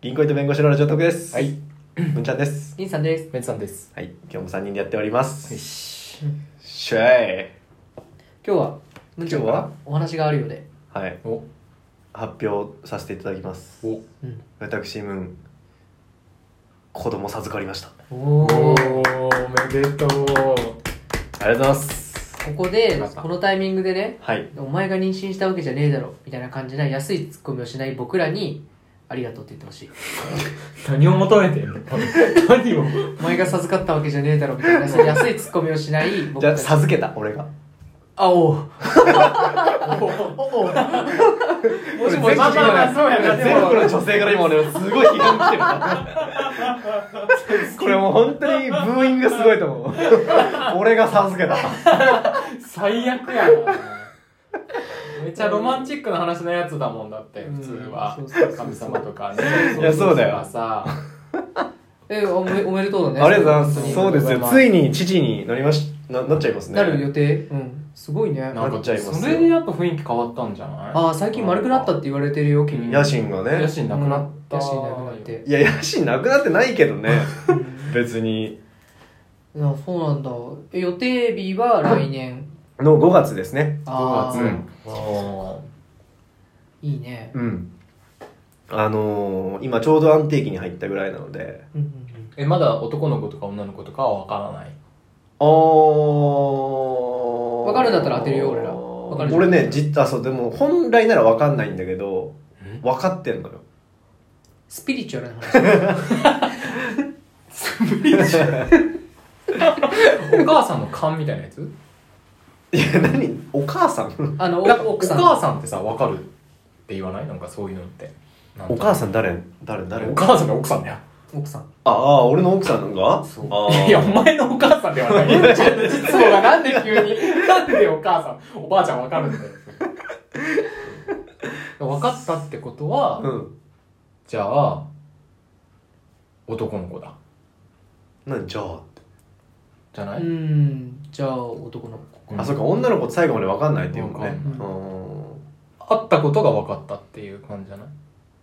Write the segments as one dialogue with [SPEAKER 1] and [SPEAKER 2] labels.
[SPEAKER 1] 銀行員と弁護士のラジオトークです。
[SPEAKER 2] はい。
[SPEAKER 1] 文ちゃんです。
[SPEAKER 3] インさんです。
[SPEAKER 2] ベンさんです。
[SPEAKER 1] はい。今日も3人でやっております。
[SPEAKER 2] し。
[SPEAKER 1] しゃい。
[SPEAKER 3] 今日は、むんちゃんか
[SPEAKER 1] 今日は
[SPEAKER 3] らお話があるようで。
[SPEAKER 1] はい。
[SPEAKER 2] お、
[SPEAKER 1] 発表させていただきます。
[SPEAKER 2] お、
[SPEAKER 3] うん。
[SPEAKER 1] 私、ムーン、子供授かりました。
[SPEAKER 3] お
[SPEAKER 2] お
[SPEAKER 3] ー
[SPEAKER 2] ー、めでとう。
[SPEAKER 1] ありがとうございます。
[SPEAKER 3] ここで
[SPEAKER 2] また、
[SPEAKER 3] このタイミングでね、
[SPEAKER 1] はい。
[SPEAKER 3] お前が妊娠したわけじゃねえだろ、みたいな感じな安いツッコミをしない僕らに、ありがとうって言ってほしい。
[SPEAKER 2] 何を求めてんの何を
[SPEAKER 3] お前が授かったわけじゃねえだろ、みた いな、そういう安いツッコミをしない僕
[SPEAKER 1] じゃ
[SPEAKER 3] た
[SPEAKER 1] あ、
[SPEAKER 3] ち。
[SPEAKER 1] 授けた、俺が。
[SPEAKER 3] あ、おう。
[SPEAKER 2] お
[SPEAKER 3] おおう。もしもし、
[SPEAKER 1] まあまあまあ
[SPEAKER 2] そうやな
[SPEAKER 1] 全国の女性から今俺、すごい批判来てるな。これもう本当にブーイングがすごいと思う。俺が授けた。
[SPEAKER 2] 最悪やな。めっちゃロマンチックな話のやつだもんだって、
[SPEAKER 3] うん
[SPEAKER 2] 普通は
[SPEAKER 3] そうそうそう。
[SPEAKER 2] 神様とか
[SPEAKER 1] い
[SPEAKER 2] ね。
[SPEAKER 1] やそうだよ
[SPEAKER 2] さ、
[SPEAKER 3] え、おめおめでとうだね。
[SPEAKER 1] ありがとうございま
[SPEAKER 3] 本当
[SPEAKER 1] す。
[SPEAKER 3] に
[SPEAKER 1] そうですよ。ついに父になりまし、ななっちゃいますね。
[SPEAKER 3] なる予定うん。すごいね。
[SPEAKER 2] なん
[SPEAKER 1] な
[SPEAKER 2] か
[SPEAKER 1] っちゃいますよ
[SPEAKER 2] それでやっぱ雰囲気変わったんじゃない
[SPEAKER 3] ああ、最近丸くなったって言われてるよ、君。
[SPEAKER 1] 野心がね
[SPEAKER 2] 野。心なくなった。
[SPEAKER 3] 野心なくなっ。て
[SPEAKER 1] いや、野心なくなってないけど ね。別に。
[SPEAKER 3] あそうなんだえ予定日は来年
[SPEAKER 1] の5月ですね。
[SPEAKER 3] あー
[SPEAKER 1] 5月
[SPEAKER 2] お
[SPEAKER 3] いいね
[SPEAKER 1] うん。あのー、今ちょうど安定期に入ったぐらいなので。
[SPEAKER 3] うん
[SPEAKER 2] え、まだ男の子とか女の子とかはわからない。
[SPEAKER 1] あー。
[SPEAKER 3] わかるんだったら当てるよ俺らわかるじゃん
[SPEAKER 1] 俺ね、実はそう、でも本来ならわかんないんだけど、分かってん のよ。
[SPEAKER 3] スピリチュアルな話
[SPEAKER 2] お母さんの勘みたいなやつ
[SPEAKER 1] いや、何お母さん
[SPEAKER 3] あの
[SPEAKER 2] なんか
[SPEAKER 3] お奥さん
[SPEAKER 2] お母さんってさ分かるって言わないなんかそういうのって
[SPEAKER 1] お母
[SPEAKER 2] さ
[SPEAKER 1] さん誰誰誰
[SPEAKER 2] お母さんが奥さんだよ
[SPEAKER 3] 奥さん
[SPEAKER 1] ああー、俺の奥さんなんか
[SPEAKER 3] そう
[SPEAKER 1] あー
[SPEAKER 2] いやお前のお母さんでは ない実母がなんで急になんでお母さんおばあちゃん分かるんだよ分かったってことは、
[SPEAKER 1] うん。
[SPEAKER 2] じゃあ男の子だ
[SPEAKER 1] 何じゃあって。
[SPEAKER 2] じゃな
[SPEAKER 3] う
[SPEAKER 2] い、
[SPEAKER 3] んじゃあ男の子
[SPEAKER 1] あ、そうか、女の子って最後まで分かんないっていうもんね。
[SPEAKER 2] 分
[SPEAKER 3] か
[SPEAKER 1] うん
[SPEAKER 2] 会ったことが分かったっていう感じじゃない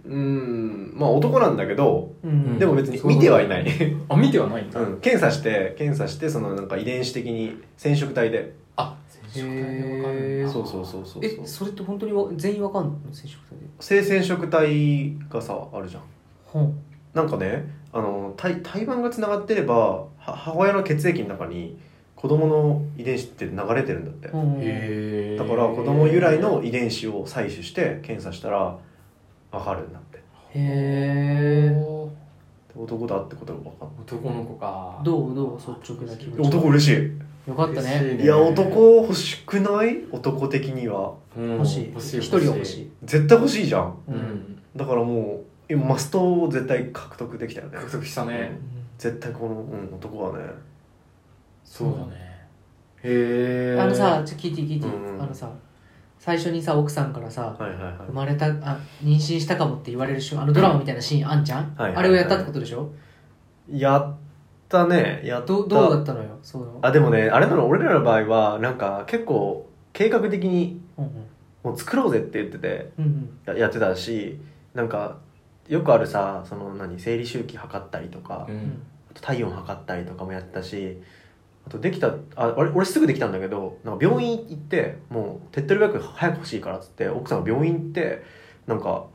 [SPEAKER 2] う
[SPEAKER 1] ーんまあ男なんだけど
[SPEAKER 3] うん
[SPEAKER 1] でも別に見て はいない、う
[SPEAKER 2] あ見てはないんだ、
[SPEAKER 1] ん、検査して検査してそのなんか遺伝子的に染色体で
[SPEAKER 2] あ
[SPEAKER 3] 染色体で分かるんだ
[SPEAKER 1] そうそうそうそう
[SPEAKER 3] えそれって本当にわ全員わかんの接触体で
[SPEAKER 1] 性染色体がさあるじゃん
[SPEAKER 3] ほん
[SPEAKER 1] なんかねあの胎胎盤がつながってればは母親の血液の中に子供の遺伝子って流れてるんだって、
[SPEAKER 3] うん
[SPEAKER 2] へえ
[SPEAKER 1] だから子供由来の遺伝子を採取して検査したら分かるんだって
[SPEAKER 3] へえ
[SPEAKER 1] 男だってことが分かっ
[SPEAKER 2] 男の子か
[SPEAKER 3] どうどう率直な気持
[SPEAKER 1] た
[SPEAKER 3] ち
[SPEAKER 1] 男嬉しい
[SPEAKER 3] よかった
[SPEAKER 2] 嬉し
[SPEAKER 3] ね
[SPEAKER 2] ね
[SPEAKER 1] いや男欲しくない男的には
[SPEAKER 2] うん
[SPEAKER 3] 欲しい一人は欲しい
[SPEAKER 1] 絶対欲しいじゃん
[SPEAKER 3] う
[SPEAKER 2] う
[SPEAKER 3] ん
[SPEAKER 2] ん
[SPEAKER 1] だからもう今マストを絶対獲得できたよね
[SPEAKER 2] 獲得したね
[SPEAKER 1] 絶対この、うん、男はね
[SPEAKER 2] そうだねへえ
[SPEAKER 3] あのさちょっと聞いて聞いて
[SPEAKER 1] うん
[SPEAKER 3] あのさ最初にさ奥さんからさ
[SPEAKER 1] はいはいは
[SPEAKER 3] 生まれたあ妊娠したかもって言われる瞬間あのドラマみたいなシーンあんじゃん、
[SPEAKER 1] はいはいはい
[SPEAKER 3] あれをやったってことでしょ
[SPEAKER 1] いやったねやった
[SPEAKER 3] どどうだったのよそういうの
[SPEAKER 1] あでもねあれなの俺らの場合はなんか結構計画的に
[SPEAKER 3] うん
[SPEAKER 1] もう作ろうぜって言ってて
[SPEAKER 3] うんうん
[SPEAKER 1] ややってたしなんかよくあるさその何生理周期測ったりとか、
[SPEAKER 2] う
[SPEAKER 3] うんん
[SPEAKER 1] あと体温測ったりとかもやってたしあとできたあ俺俺すぐできたんだけどなんか病院行ってもう手っ取り早く早く欲しいからっつって奥さんが病院行ってなんか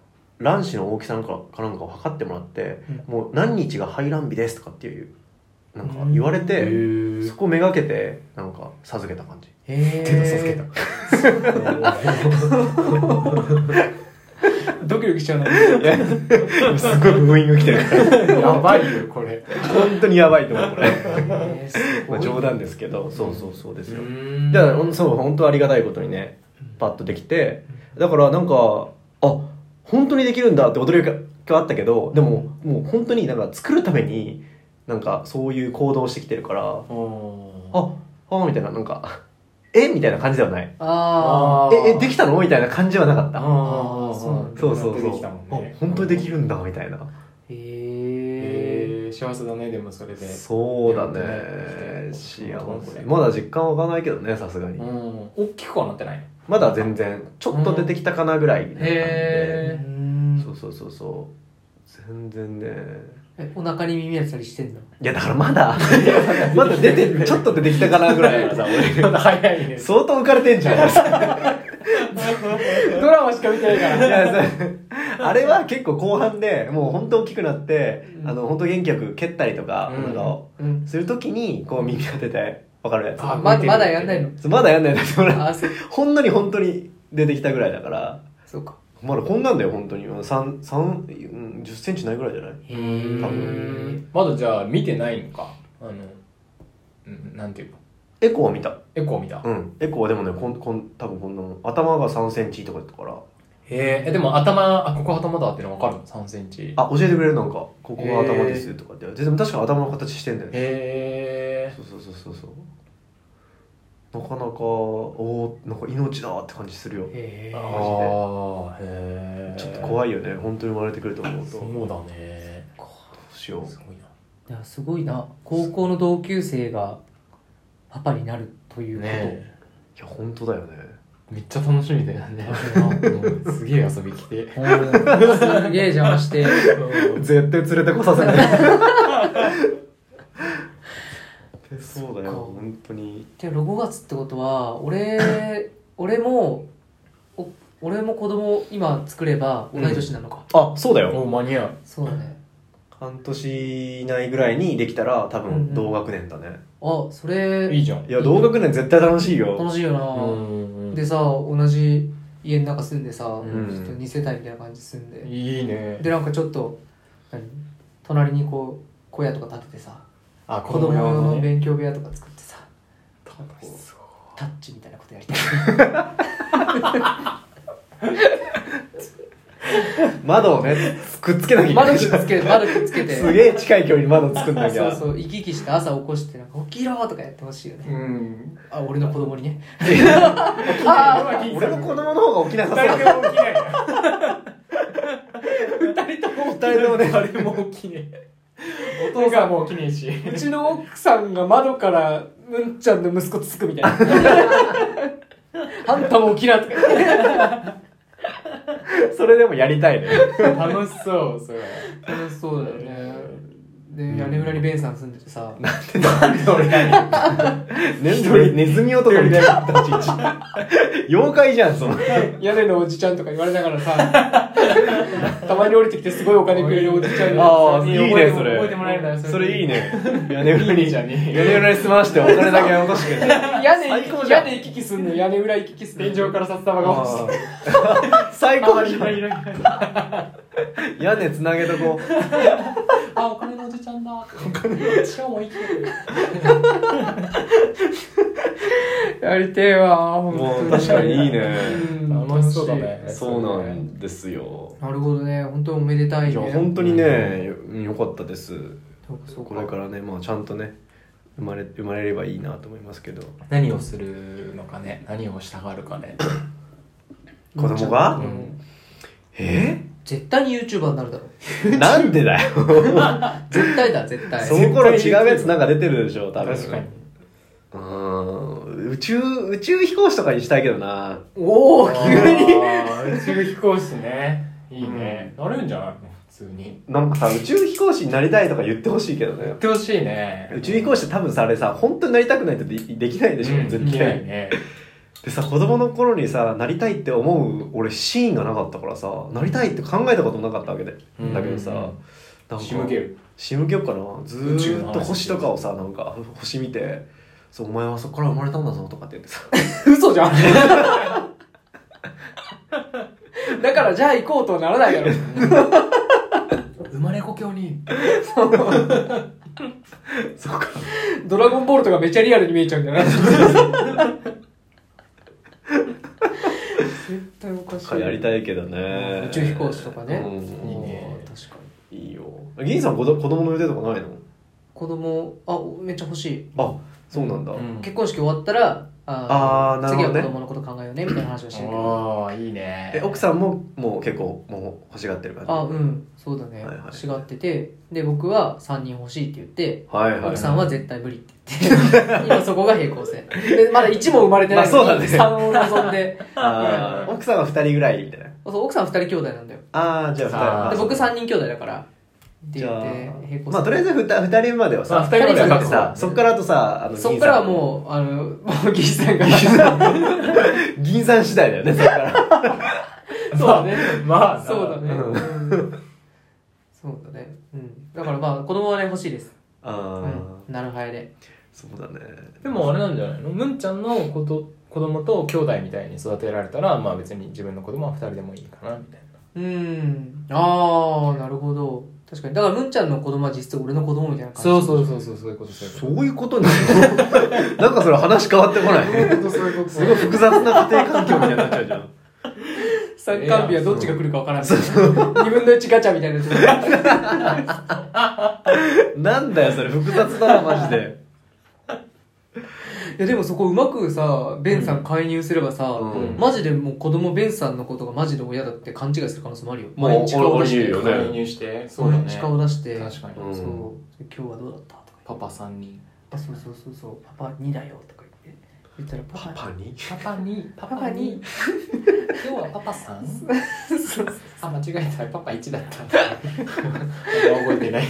[SPEAKER 1] 卵子の大きさなんかかなんかを測ってもらって、もう何日が排卵日ですとかっていうなんか言われ
[SPEAKER 2] へ
[SPEAKER 1] て、
[SPEAKER 2] え
[SPEAKER 1] そこめがけてなんか授けた 感じ
[SPEAKER 3] へ
[SPEAKER 2] 手出さけ
[SPEAKER 3] え ドキドキしちゃうね
[SPEAKER 1] すごいブーイング来てるから
[SPEAKER 2] たやばいよこれ
[SPEAKER 1] 本当にやばいと思うこれ、
[SPEAKER 3] えーす
[SPEAKER 1] ま
[SPEAKER 3] ご
[SPEAKER 1] あ、
[SPEAKER 3] い
[SPEAKER 1] 冗談ですけどそうそうそうですよ、
[SPEAKER 2] ん
[SPEAKER 1] じゃあほんそう本当ありがたいことにねパッとできてだからなんかあ本当にできるんだって驚きはあったけどでももう本当になんか作るためになんかそういう行動をしてきてるから
[SPEAKER 2] あ
[SPEAKER 1] ああみたいななんか えみたいな感じではない
[SPEAKER 3] あ
[SPEAKER 2] ー
[SPEAKER 1] ええできたのみたいな感じはなかった
[SPEAKER 2] あ
[SPEAKER 3] そうなんだ
[SPEAKER 1] そうそうそう
[SPEAKER 2] できたもんね
[SPEAKER 1] あ本当にできるんだみたいな
[SPEAKER 3] ーへえ
[SPEAKER 2] へえ幸せだねでもそれで
[SPEAKER 1] そうだ
[SPEAKER 2] いや
[SPEAKER 1] ね
[SPEAKER 2] 本
[SPEAKER 1] 幸
[SPEAKER 2] 当
[SPEAKER 1] せ
[SPEAKER 2] に
[SPEAKER 1] まだ実感は湧かないけどねさすがに
[SPEAKER 2] うん大きくはなってない
[SPEAKER 1] まだ全然ちょっと出てきたかなぐらいな感じで
[SPEAKER 2] へ
[SPEAKER 3] ーうーん
[SPEAKER 1] そうそうそうそう全然ね
[SPEAKER 3] えお腹に耳当てたりしてんの
[SPEAKER 1] いやだからま だまだ出てちょっと出てきたかなぐらいだからさ俺
[SPEAKER 2] まだ早いね
[SPEAKER 1] 相当浮かれてんじゃん
[SPEAKER 2] ドラマしか見てないか
[SPEAKER 1] いや
[SPEAKER 2] ら
[SPEAKER 1] さ あれは結構後半でもう本当大きくなって、
[SPEAKER 3] うん
[SPEAKER 1] あの本当元気よく蹴ったりとか,、
[SPEAKER 2] うん
[SPEAKER 1] なんか
[SPEAKER 3] うん
[SPEAKER 1] するときにこう耳当ててわかるやつ
[SPEAKER 2] あ
[SPEAKER 3] ま
[SPEAKER 2] 見てる
[SPEAKER 3] まだやんないの
[SPEAKER 1] そうまだやんないんだって俺
[SPEAKER 3] ああそう
[SPEAKER 1] ほんのに本当に出てきたぐらいだから
[SPEAKER 3] そうか
[SPEAKER 1] まだこんなんだよ本当に3 3 1 0ンチないぐらいじゃない
[SPEAKER 3] へ
[SPEAKER 1] 多
[SPEAKER 3] え
[SPEAKER 1] 分
[SPEAKER 2] まだじゃあ見てないのかあのうんなんていうの
[SPEAKER 1] エコーは見た
[SPEAKER 2] エコー見た
[SPEAKER 1] うんエコーはでもねこんこん多分こんなもん頭が3センチとかだったから
[SPEAKER 2] へーえでも頭あここ頭だっての分かるの3センチ
[SPEAKER 1] あ教えてくれるなんかここが頭ですとかって、でも確かに頭の形してんだよね
[SPEAKER 2] へえ
[SPEAKER 1] そうそうそうそうそうなかなかおーなんか命だって感じするよ
[SPEAKER 3] へえ
[SPEAKER 2] あ
[SPEAKER 1] あ
[SPEAKER 2] あへえ
[SPEAKER 1] ちょっと怖
[SPEAKER 2] い
[SPEAKER 1] いよね本当に生まれてくると思うと
[SPEAKER 2] そう
[SPEAKER 1] ど
[SPEAKER 2] だね
[SPEAKER 1] うしよう
[SPEAKER 2] すごいない
[SPEAKER 3] やすごいな高校の同級生がパパになるということ、
[SPEAKER 2] ね
[SPEAKER 1] いや本当だよね
[SPEAKER 2] めっちゃ楽しみだよねうんすげえ遊びきて
[SPEAKER 3] おーすげえ邪魔して
[SPEAKER 1] 絶対連れてこさせないそうだよ
[SPEAKER 3] そっか
[SPEAKER 1] 本当に
[SPEAKER 3] じゃあ6月ってことは俺俺もお俺も子供今作れば同い年なのか、
[SPEAKER 1] あそうだよ
[SPEAKER 2] お間に合う
[SPEAKER 3] そうだね
[SPEAKER 1] 半年以内ぐらいにできたら多
[SPEAKER 3] うんう
[SPEAKER 1] 分
[SPEAKER 3] ん
[SPEAKER 1] 同学年だね、
[SPEAKER 3] あそれ
[SPEAKER 2] いいじゃん
[SPEAKER 1] いや同学年絶対楽しいよ
[SPEAKER 3] 楽しいよな、
[SPEAKER 2] うん
[SPEAKER 3] でさ同じ家の中住んでさ、
[SPEAKER 1] ん
[SPEAKER 3] ちょっと2世帯みたいな感じ住んで、
[SPEAKER 2] いいね
[SPEAKER 3] でなんかちょっと何隣にこう小屋とか建ててさ
[SPEAKER 2] あ子
[SPEAKER 3] 子供
[SPEAKER 2] 供用
[SPEAKER 3] 用
[SPEAKER 2] の
[SPEAKER 3] の
[SPEAKER 2] ね
[SPEAKER 3] 勉強部屋とか作ってさ
[SPEAKER 2] 楽しそう
[SPEAKER 3] タッチみたいなことやりたい
[SPEAKER 1] 窓をねくっつけなきゃいけな
[SPEAKER 3] 窓
[SPEAKER 1] い
[SPEAKER 3] くっつけ窓くっつけて
[SPEAKER 1] すげえ近い距離に窓作んなき
[SPEAKER 3] そ
[SPEAKER 1] ゃ
[SPEAKER 3] うそう行き来して朝起こしてなんか「起きろ!」とかやってほしいよね、
[SPEAKER 2] うん
[SPEAKER 3] あ俺の子供に ね
[SPEAKER 2] あ あ
[SPEAKER 1] 俺の子供の方が起きなさそうだ
[SPEAKER 2] 人とも起き
[SPEAKER 3] 二人とも
[SPEAKER 2] ない
[SPEAKER 1] 二人ともね
[SPEAKER 2] 誰も起きねえお父さんも起きねえし
[SPEAKER 3] うちの奥さんが窓からうんちゃんの息子つつくみ たいなあんたも起きなとか言って
[SPEAKER 1] それでもやりたいね
[SPEAKER 2] 楽しそうそれ
[SPEAKER 3] 楽しそうだよねで屋根裏にベンさん住んでてさ
[SPEAKER 2] なんで俺が
[SPEAKER 1] ネズミネズミ男みたいな立ち位置妖怪じゃんその
[SPEAKER 3] 屋根のおじちゃんとか言われながらさ たまに降りてきてすごいお金くれるおじちゃんに
[SPEAKER 1] あーいいね
[SPEAKER 3] 覚えても
[SPEAKER 1] それ
[SPEAKER 3] 覚えてもらえるな
[SPEAKER 1] それいいね屋根
[SPEAKER 2] い
[SPEAKER 1] 裏
[SPEAKER 2] いね
[SPEAKER 1] に
[SPEAKER 2] じゃね
[SPEAKER 1] 屋根裏に住まわしてお金だけ落としてくれる
[SPEAKER 3] 屋根
[SPEAKER 1] 最高じゃ
[SPEAKER 3] 屋
[SPEAKER 1] ん
[SPEAKER 3] 根行き来すんの屋根裏行き来すんの
[SPEAKER 2] 天井から札束が落ち て
[SPEAKER 1] あー最高じゃん
[SPEAKER 2] あ
[SPEAKER 1] 屋根つなげとこう
[SPEAKER 2] あお金のおじちゃんだお金しかも生きてる
[SPEAKER 3] やりてえわ本
[SPEAKER 1] も
[SPEAKER 3] 当
[SPEAKER 1] う確かにいいね
[SPEAKER 3] うん
[SPEAKER 2] 楽しそうだね
[SPEAKER 1] そうなんですよ
[SPEAKER 3] なるほどね本当おめでたい
[SPEAKER 1] い
[SPEAKER 3] ね
[SPEAKER 1] や本当にねよよかったです
[SPEAKER 3] そうかそうか
[SPEAKER 1] これからねまあちゃんとね生まれ生まれればいいなと思いますけど
[SPEAKER 2] 何をするのかね何をしたがるかね
[SPEAKER 1] 子供が
[SPEAKER 3] うん
[SPEAKER 1] え
[SPEAKER 3] 絶対に YouTuber になるだろう
[SPEAKER 1] なんでだよ
[SPEAKER 3] 絶対だ絶対
[SPEAKER 1] その頃違うやつなんか出てるでしょ多分
[SPEAKER 2] 確かに
[SPEAKER 1] うーん宇宙宇宙飛行士とかにしたいけどな
[SPEAKER 3] おお急に
[SPEAKER 2] あー宇宙飛行士ねいいね、なれるんじゃないの普通に
[SPEAKER 1] なんかさ宇宙飛行士になりたいとか言ってほしいけど
[SPEAKER 2] や
[SPEAKER 1] ね
[SPEAKER 2] ってほしいね
[SPEAKER 1] 宇宙飛行士って多分さあれさ本当になりたくないとでできないでしょ、
[SPEAKER 2] うん
[SPEAKER 1] 絶
[SPEAKER 2] できな
[SPEAKER 1] 対
[SPEAKER 2] いね
[SPEAKER 1] でさ子供の頃にさなりたいって思う俺シーンがなかったからさなりたいって考えたこともなかったわけで、
[SPEAKER 2] うん
[SPEAKER 1] だけどさなんか
[SPEAKER 2] 仕向ける
[SPEAKER 1] 仕向けようかなず
[SPEAKER 2] 宇宙の
[SPEAKER 1] ーっ
[SPEAKER 2] 話
[SPEAKER 1] と星とかをさなんか星見てそうお前はそこから生まれたんだぞとかって言ってさ
[SPEAKER 3] 嘘じゃんだからじゃあ行こうとはならな いだろ
[SPEAKER 2] 生まれ故郷に
[SPEAKER 1] そうか
[SPEAKER 3] ドラゴンボールとかめっちゃリアルに見えちゃうんじゃない絶対おかしい
[SPEAKER 1] やりたいけどね
[SPEAKER 3] 宇宙飛行士とかね
[SPEAKER 1] うん
[SPEAKER 2] いいね
[SPEAKER 3] 確かに
[SPEAKER 1] いいよ銀さん子ど子供の予定とかないの
[SPEAKER 3] 子供あめっちゃ欲しい
[SPEAKER 1] あそうなんだ、
[SPEAKER 2] うん
[SPEAKER 3] 結婚式終わったら
[SPEAKER 1] あー
[SPEAKER 3] あー
[SPEAKER 1] なるほどね
[SPEAKER 3] 次は子供のこと考えようねみたいな話はしてるけど
[SPEAKER 2] ああいいね
[SPEAKER 1] え奥さんももう結構もう欲しがってる感じ
[SPEAKER 3] あうんそうだね、
[SPEAKER 1] はいはい
[SPEAKER 3] 欲しがっててで僕は3人欲しいって言って
[SPEAKER 1] はいはい、はい、
[SPEAKER 3] 奥さんは絶対無理って言って 今そこが平行線でまだ1も生まれてないのに
[SPEAKER 1] まあそうだね
[SPEAKER 3] 3を望んで
[SPEAKER 1] あー奥さんは2人ぐらいみたいな
[SPEAKER 3] そう奥さん二人兄弟なんだよ
[SPEAKER 1] ああじゃあ
[SPEAKER 2] さ
[SPEAKER 1] 二
[SPEAKER 2] あ
[SPEAKER 3] で
[SPEAKER 1] 人
[SPEAKER 3] 僕三人兄弟だからって
[SPEAKER 1] じ
[SPEAKER 3] 言
[SPEAKER 1] ゃ
[SPEAKER 3] っ
[SPEAKER 1] あ
[SPEAKER 3] て並行
[SPEAKER 1] まあとりあえず 2, 二人目まではさ、
[SPEAKER 2] まあ二人
[SPEAKER 3] までは
[SPEAKER 1] だってさ
[SPEAKER 2] そ
[SPEAKER 1] そうっからあとさあの
[SPEAKER 3] そっからは
[SPEAKER 1] 銀
[SPEAKER 3] もうあのもう岸さんが
[SPEAKER 1] さん銀さん次第だよねそっから
[SPEAKER 3] そう だね
[SPEAKER 2] まあ、
[SPEAKER 3] そうだね、
[SPEAKER 1] う
[SPEAKER 3] うんそうだねうんだからまあ子供はね欲しいです
[SPEAKER 1] あ
[SPEAKER 3] う
[SPEAKER 1] あ、
[SPEAKER 3] んなるはやで
[SPEAKER 1] そうだね
[SPEAKER 2] でもあれなんじゃないのむんちゃんのこと子供と兄弟みたいに育てられたらまあ別に自分の子供は2人でもいいかなみたい
[SPEAKER 3] うんああなるほど確かにだからむんちゃんの子供は実質俺の子供みたいな
[SPEAKER 2] な
[SPEAKER 3] 感じ
[SPEAKER 2] そうそうそうそうそういうことそういうこ
[SPEAKER 1] そういうことに なんかそれ話変わってこない ね
[SPEAKER 2] とそういうこと
[SPEAKER 1] すごい複雑な家庭環境みたいになっちゃうじゃん
[SPEAKER 3] 参観日はどっちが来るかわからんみたい な二分の一ガチャみたいなやつ
[SPEAKER 1] なんだよそれ複雑だなマジで
[SPEAKER 3] いやでもそこうまくさベンさん介入すればさ、
[SPEAKER 1] うん
[SPEAKER 3] マジでもう子供ベンさんのことがマジで親だって勘違いする可能性もあるよ
[SPEAKER 1] まあ
[SPEAKER 3] 毎日顔出して
[SPEAKER 1] あありえるよね
[SPEAKER 2] 介入してそうだ
[SPEAKER 3] 毎
[SPEAKER 2] ね
[SPEAKER 3] 日顔出して
[SPEAKER 2] 確かに
[SPEAKER 1] うん
[SPEAKER 3] そう今日はどうだったとか
[SPEAKER 2] パパ3人
[SPEAKER 3] あそうそうそうそうパパ2だよとか言って言ったらパパ
[SPEAKER 1] パに
[SPEAKER 2] パパにパ
[SPEAKER 3] パパに
[SPEAKER 2] 今日はパパさん
[SPEAKER 3] そう
[SPEAKER 2] あ間違えたパパ1だった覚えてない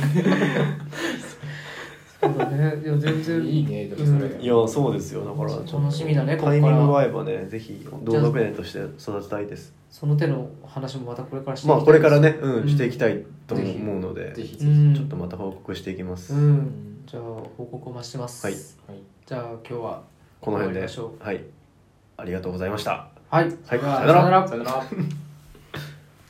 [SPEAKER 3] そうだねいや全然
[SPEAKER 2] いいねでもそれ、
[SPEAKER 3] うん
[SPEAKER 1] いやそうですよだからちょっと
[SPEAKER 3] 楽しみだねここ
[SPEAKER 1] タ
[SPEAKER 3] か
[SPEAKER 1] イミングが合
[SPEAKER 3] ら
[SPEAKER 1] えばねぜひ同学年として育てたいです
[SPEAKER 3] その手の話もまたこれからしていき
[SPEAKER 1] ま
[SPEAKER 3] た
[SPEAKER 1] あ
[SPEAKER 3] い
[SPEAKER 1] これからね、
[SPEAKER 3] う
[SPEAKER 1] うんん、していきたいと
[SPEAKER 3] ぜひ
[SPEAKER 1] 思うので、
[SPEAKER 2] ぜひぜ
[SPEAKER 3] う
[SPEAKER 2] ひ、
[SPEAKER 3] ん
[SPEAKER 1] ちょっとまた報告していきます、
[SPEAKER 3] うんじゃあ報告を待ちしてます、
[SPEAKER 1] はい
[SPEAKER 2] はい
[SPEAKER 3] じゃあ今日は
[SPEAKER 1] この辺
[SPEAKER 3] 終わり
[SPEAKER 1] で
[SPEAKER 3] ましょ
[SPEAKER 1] はいありがとうございました
[SPEAKER 3] は
[SPEAKER 1] は
[SPEAKER 3] い
[SPEAKER 1] い
[SPEAKER 3] では
[SPEAKER 1] さよなら
[SPEAKER 2] さよなら